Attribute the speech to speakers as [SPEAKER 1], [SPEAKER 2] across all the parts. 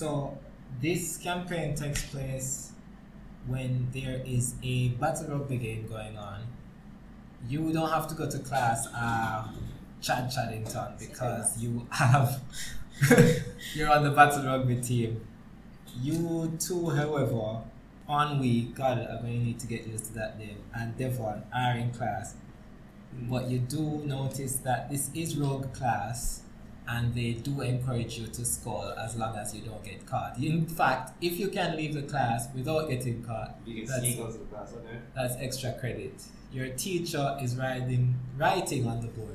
[SPEAKER 1] So this campaign takes place when there is a battle rugby game going on. You don't have to go to class, uh, Chad Chaddington, because you have you're on the battle rugby team. You two, however, Onwe, God, I'm going to need to get used to that name, and Devon are in class. But you do notice that this is rogue class, and they do encourage you to score as long as you don't get caught. In fact, if you can leave the class without getting caught,
[SPEAKER 2] You can
[SPEAKER 1] That's-
[SPEAKER 2] sneak onto the class, okay?
[SPEAKER 1] that's extra credit. Your teacher is writing writing on the board.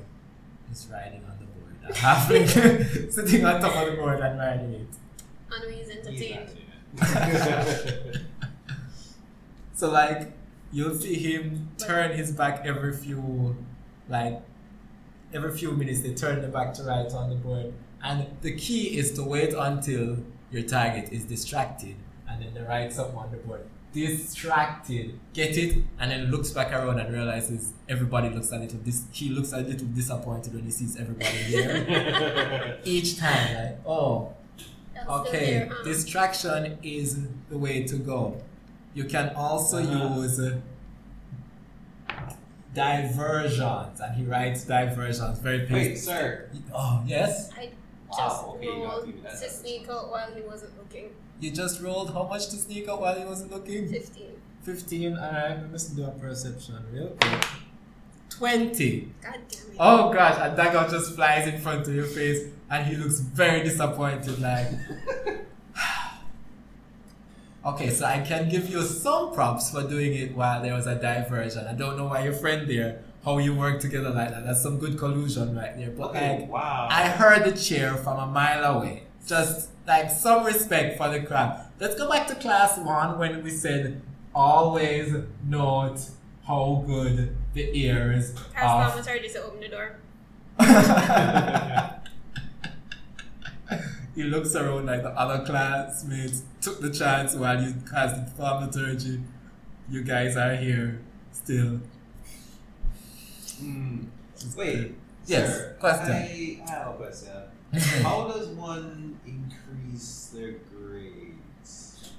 [SPEAKER 1] He's writing on the board. A halfling sitting on top of the board and writing it.
[SPEAKER 3] Henri is
[SPEAKER 2] He's
[SPEAKER 3] entertained.
[SPEAKER 2] actually-
[SPEAKER 1] So like you'll see him turn his back every few like every few minutes they turn the back to right on the board. And the key is to wait until your target is distracted and then the right's up on the board. Distracted. Get it? And then looks back around and realizes everybody looks a little dis he looks a little disappointed when he sees everybody there. Each time, like, oh,
[SPEAKER 3] That's still
[SPEAKER 1] Okay,
[SPEAKER 3] there, um, huh?
[SPEAKER 1] distraction is the way to go. You can also
[SPEAKER 2] Uh-huh.
[SPEAKER 1] use uh, diversions, and he writes diversions very
[SPEAKER 2] Wait,
[SPEAKER 1] pleased.
[SPEAKER 2] sir.
[SPEAKER 1] Oh, yes?
[SPEAKER 3] I
[SPEAKER 2] Wow,
[SPEAKER 3] just
[SPEAKER 2] okay, you gotta give me
[SPEAKER 3] rolled
[SPEAKER 2] that
[SPEAKER 3] to
[SPEAKER 2] number.
[SPEAKER 3] sneak out while he wasn't looking.
[SPEAKER 1] You just rolled how much to sneak up while he wasn't looking?
[SPEAKER 3] 15.
[SPEAKER 1] 15, alright, let me just do a perception real quick. 20.
[SPEAKER 3] God damn it.
[SPEAKER 1] Oh gosh, a dagger just flies in front of your face, and he looks very disappointed, like. Okay, so I can give you some props for doing it while there was a diversion. I don't know why your friend there, how you work together like that. That's some good collusion right there. But
[SPEAKER 2] Okay,
[SPEAKER 1] like,
[SPEAKER 2] wow.
[SPEAKER 1] I heard the cheer from a mile away. Just like some respect for the crowd. Let's go back to class one when we said always note how good the ears
[SPEAKER 3] Ask
[SPEAKER 1] of
[SPEAKER 3] Mama Tardy to open the door.
[SPEAKER 1] he looks around like the other classmates took the chance while you cast the thaumaturgy. You guys are here still.
[SPEAKER 2] Hmm. Wait.
[SPEAKER 1] Yes,
[SPEAKER 2] sir,
[SPEAKER 1] question.
[SPEAKER 2] I, I have a question. How does one increase their grades?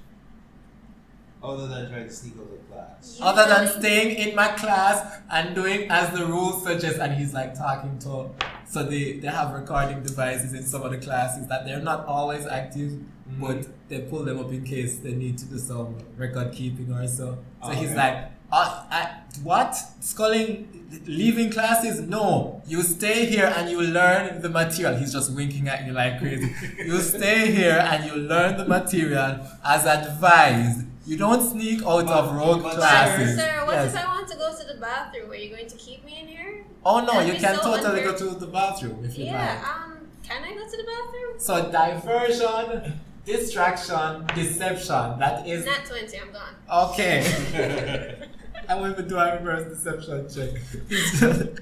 [SPEAKER 2] Other than trying to sneak out of class.
[SPEAKER 1] Other than
[SPEAKER 3] Usually-
[SPEAKER 1] staying in my class and doing as the rules suggest, and he's like talking to. So they, they have recording devices in some of the classes that they're not always active, but they pull them up in case they need to do some record keeping or so. So
[SPEAKER 2] Oh,
[SPEAKER 1] he's
[SPEAKER 2] okay.
[SPEAKER 1] like, uh, uh, what? Sculling, leaving classes? No, you stay here and you learn the material. He's just winking at you like crazy. you stay here and you learn the material as advised. You don't sneak out of
[SPEAKER 2] But-
[SPEAKER 1] rogue
[SPEAKER 2] but
[SPEAKER 1] classes.
[SPEAKER 3] Sir, what
[SPEAKER 1] Yes.
[SPEAKER 3] if I want to go to the bathroom? Are you going to keep me in here?
[SPEAKER 1] Oh no,
[SPEAKER 3] That'd
[SPEAKER 1] you
[SPEAKER 3] be
[SPEAKER 1] can
[SPEAKER 3] so
[SPEAKER 1] totally
[SPEAKER 3] unfair.
[SPEAKER 1] go to the bathroom if you like.
[SPEAKER 3] Yeah, um, can I go to the bathroom?
[SPEAKER 1] So diversion, distraction, deception. That is
[SPEAKER 3] Not 20, I'm gone.
[SPEAKER 1] okay. I won't even do a reverse deception check. It's just-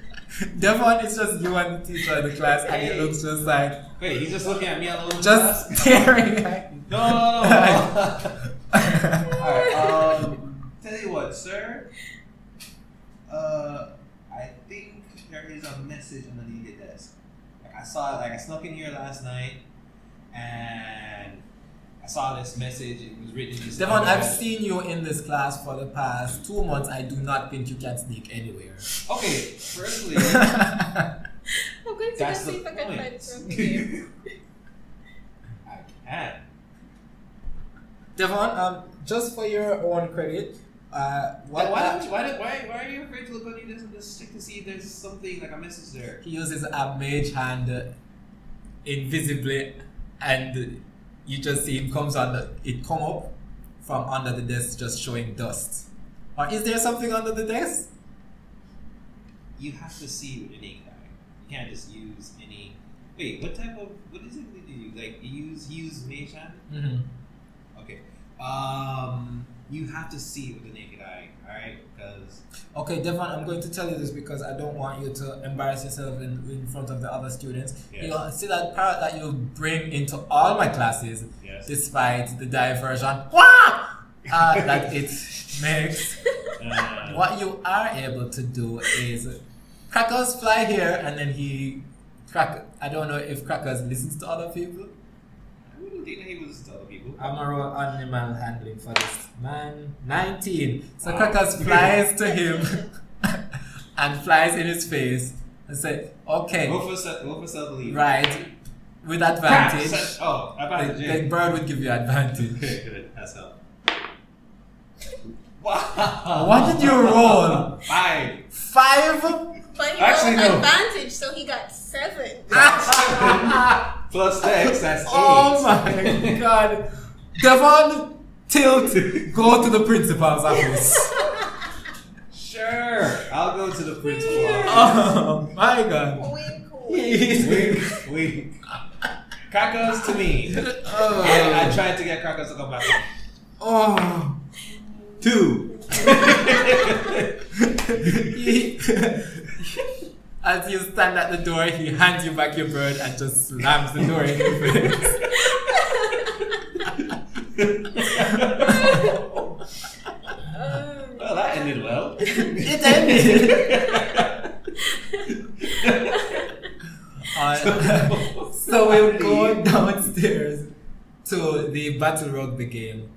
[SPEAKER 1] Devon is just you and the teacher in the class, and he looks just like
[SPEAKER 2] Wait, he's just looking at me all over the
[SPEAKER 1] just staring at.
[SPEAKER 2] class? No, no, no. no. Alright, um, tell you what, sir. Uh, I think there is a message underneath your desk. Like I saw, like I snuck in here last night, and I saw this message. It was written. in this
[SPEAKER 1] Devon, I've
[SPEAKER 2] envelope.
[SPEAKER 1] seen you in this class for the past two months. I do not think you can sneak anywhere.
[SPEAKER 2] Okay, firstly,
[SPEAKER 3] I'm going to go
[SPEAKER 2] that's
[SPEAKER 3] see
[SPEAKER 2] the
[SPEAKER 3] if I can find this room
[SPEAKER 2] point.
[SPEAKER 3] here.
[SPEAKER 2] I can.
[SPEAKER 1] Devon, um, just for your own credit, uh,
[SPEAKER 2] Why?
[SPEAKER 1] what
[SPEAKER 2] Why, don't you- why, don't- why, why are you afraid to look on your desk and just check to see if there's something like a message there?
[SPEAKER 1] he uses a mage hand uh, invisibly and you just see him comes under it come up from under the desk just showing dust or is there something under the desk
[SPEAKER 2] You have to see with your naked eye. You can't just use any. Wait, what type of what is it that you use? Like you use you use mage hand?
[SPEAKER 1] mm-hmm.
[SPEAKER 2] Okay. Um, you have to see with the naked eye, all right? Because
[SPEAKER 1] okay devon i'm going to tell you this because i don't want you to embarrass yourself in, in front of the other students
[SPEAKER 2] Yeah.
[SPEAKER 1] you know, see that parrot that you bring into all my classes
[SPEAKER 2] yes,
[SPEAKER 1] despite the diversion Wah! uh, that it makes What you are able to do is Crackers fly here, and then he crack. I don't know if Crackers listens to other people.
[SPEAKER 2] I wouldn't didn't think that he was telling people.
[SPEAKER 1] Amaro animal handling for this man. 19. So
[SPEAKER 2] Wow.
[SPEAKER 1] Kratos flies to him and flies in his face and said, okay,
[SPEAKER 2] Go for se- go for self-belief.
[SPEAKER 1] right, with
[SPEAKER 2] Crap,
[SPEAKER 1] advantage.
[SPEAKER 2] se- Oh,
[SPEAKER 1] The,
[SPEAKER 2] advantage.
[SPEAKER 1] the
[SPEAKER 2] yeah.
[SPEAKER 1] bird would give you advantage.
[SPEAKER 2] Okay, good. That's help. Wow.
[SPEAKER 1] What did you roll?
[SPEAKER 2] Five.
[SPEAKER 1] Five?
[SPEAKER 3] But he
[SPEAKER 2] Actually,
[SPEAKER 3] rolled
[SPEAKER 2] no. Ah.
[SPEAKER 3] advantage, so he got seven.
[SPEAKER 2] Plus six, that's eight.
[SPEAKER 1] Oh my god. Devon, tilt, go to the principal's office.
[SPEAKER 2] Sure. I'll go to the principal.
[SPEAKER 1] Oh my god.
[SPEAKER 3] Wink, wink.
[SPEAKER 1] oh,
[SPEAKER 2] Wink, wink. Krakos to me. And
[SPEAKER 1] Uh.
[SPEAKER 2] I tried to get Krakos to come back.
[SPEAKER 1] oh.
[SPEAKER 2] Two.
[SPEAKER 1] He- As you stand at the door, he hands you back your bird and just slams the door in your face.
[SPEAKER 3] Um,
[SPEAKER 2] well, that ended well.
[SPEAKER 1] It ended. Uh, so we'll go downstairs to the battle rugby game.